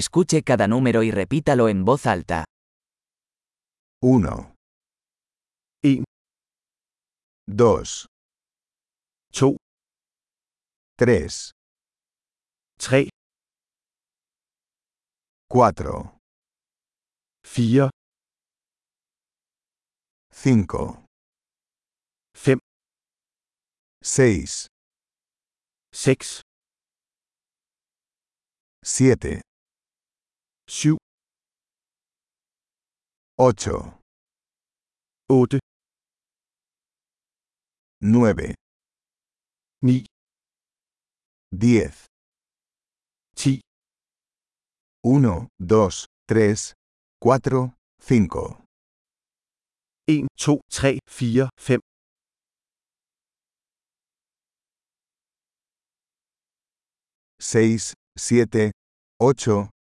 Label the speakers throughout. Speaker 1: Escuche cada número y repítalo en voz alta.
Speaker 2: 1,
Speaker 3: En,
Speaker 2: 2,
Speaker 3: 2,
Speaker 2: 3,
Speaker 3: 3,
Speaker 2: 4,
Speaker 3: 4,
Speaker 2: 5,
Speaker 3: 5,
Speaker 2: 6,
Speaker 3: 6,
Speaker 2: 7,
Speaker 3: 7,
Speaker 2: 8,
Speaker 3: 8,
Speaker 2: 9,
Speaker 3: 9,
Speaker 2: 10,
Speaker 3: 10,
Speaker 2: 1, 2, 3, 4, 5.
Speaker 3: 1, 2, 3, 4, 5.
Speaker 2: Seis, siete, ocho,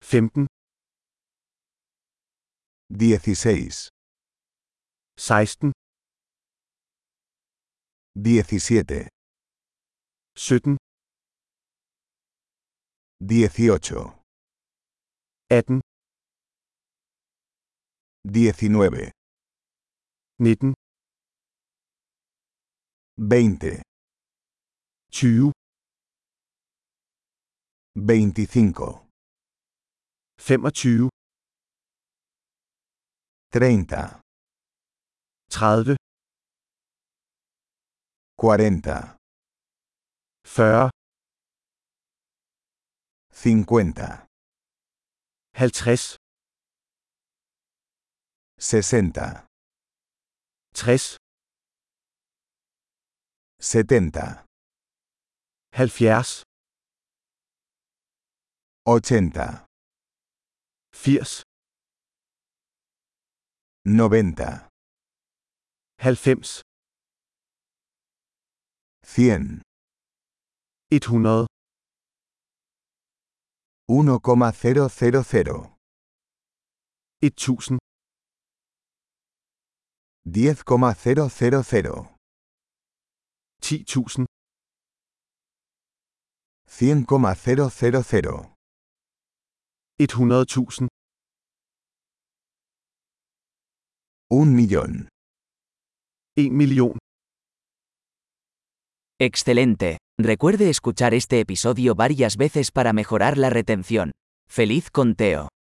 Speaker 3: 15,
Speaker 2: dieciséis,
Speaker 3: 16,
Speaker 2: diecisiete,
Speaker 3: 17,
Speaker 2: dieciocho,
Speaker 3: 18,
Speaker 2: diecinueve,
Speaker 3: 19,
Speaker 2: veinte,
Speaker 3: 20,
Speaker 2: veinticinco,
Speaker 3: 25,
Speaker 2: treinta,
Speaker 3: 30,
Speaker 2: cuarenta,
Speaker 3: 40,
Speaker 2: cincuenta,
Speaker 3: 50,
Speaker 2: sesenta,
Speaker 3: 60,
Speaker 2: setenta,
Speaker 3: 70,
Speaker 2: ochenta,
Speaker 3: 80,
Speaker 2: noventa,
Speaker 3: 90,
Speaker 2: cien.
Speaker 3: 100.
Speaker 2: 1,000,
Speaker 3: 1000,
Speaker 2: 10,000,
Speaker 3: 10.000,
Speaker 2: 100,000,
Speaker 3: 100.000,
Speaker 2: un millón.
Speaker 3: 1 million.
Speaker 1: Excelente. Recuerde escuchar este episodio varias veces para mejorar la retención. ¡Feliz conteo!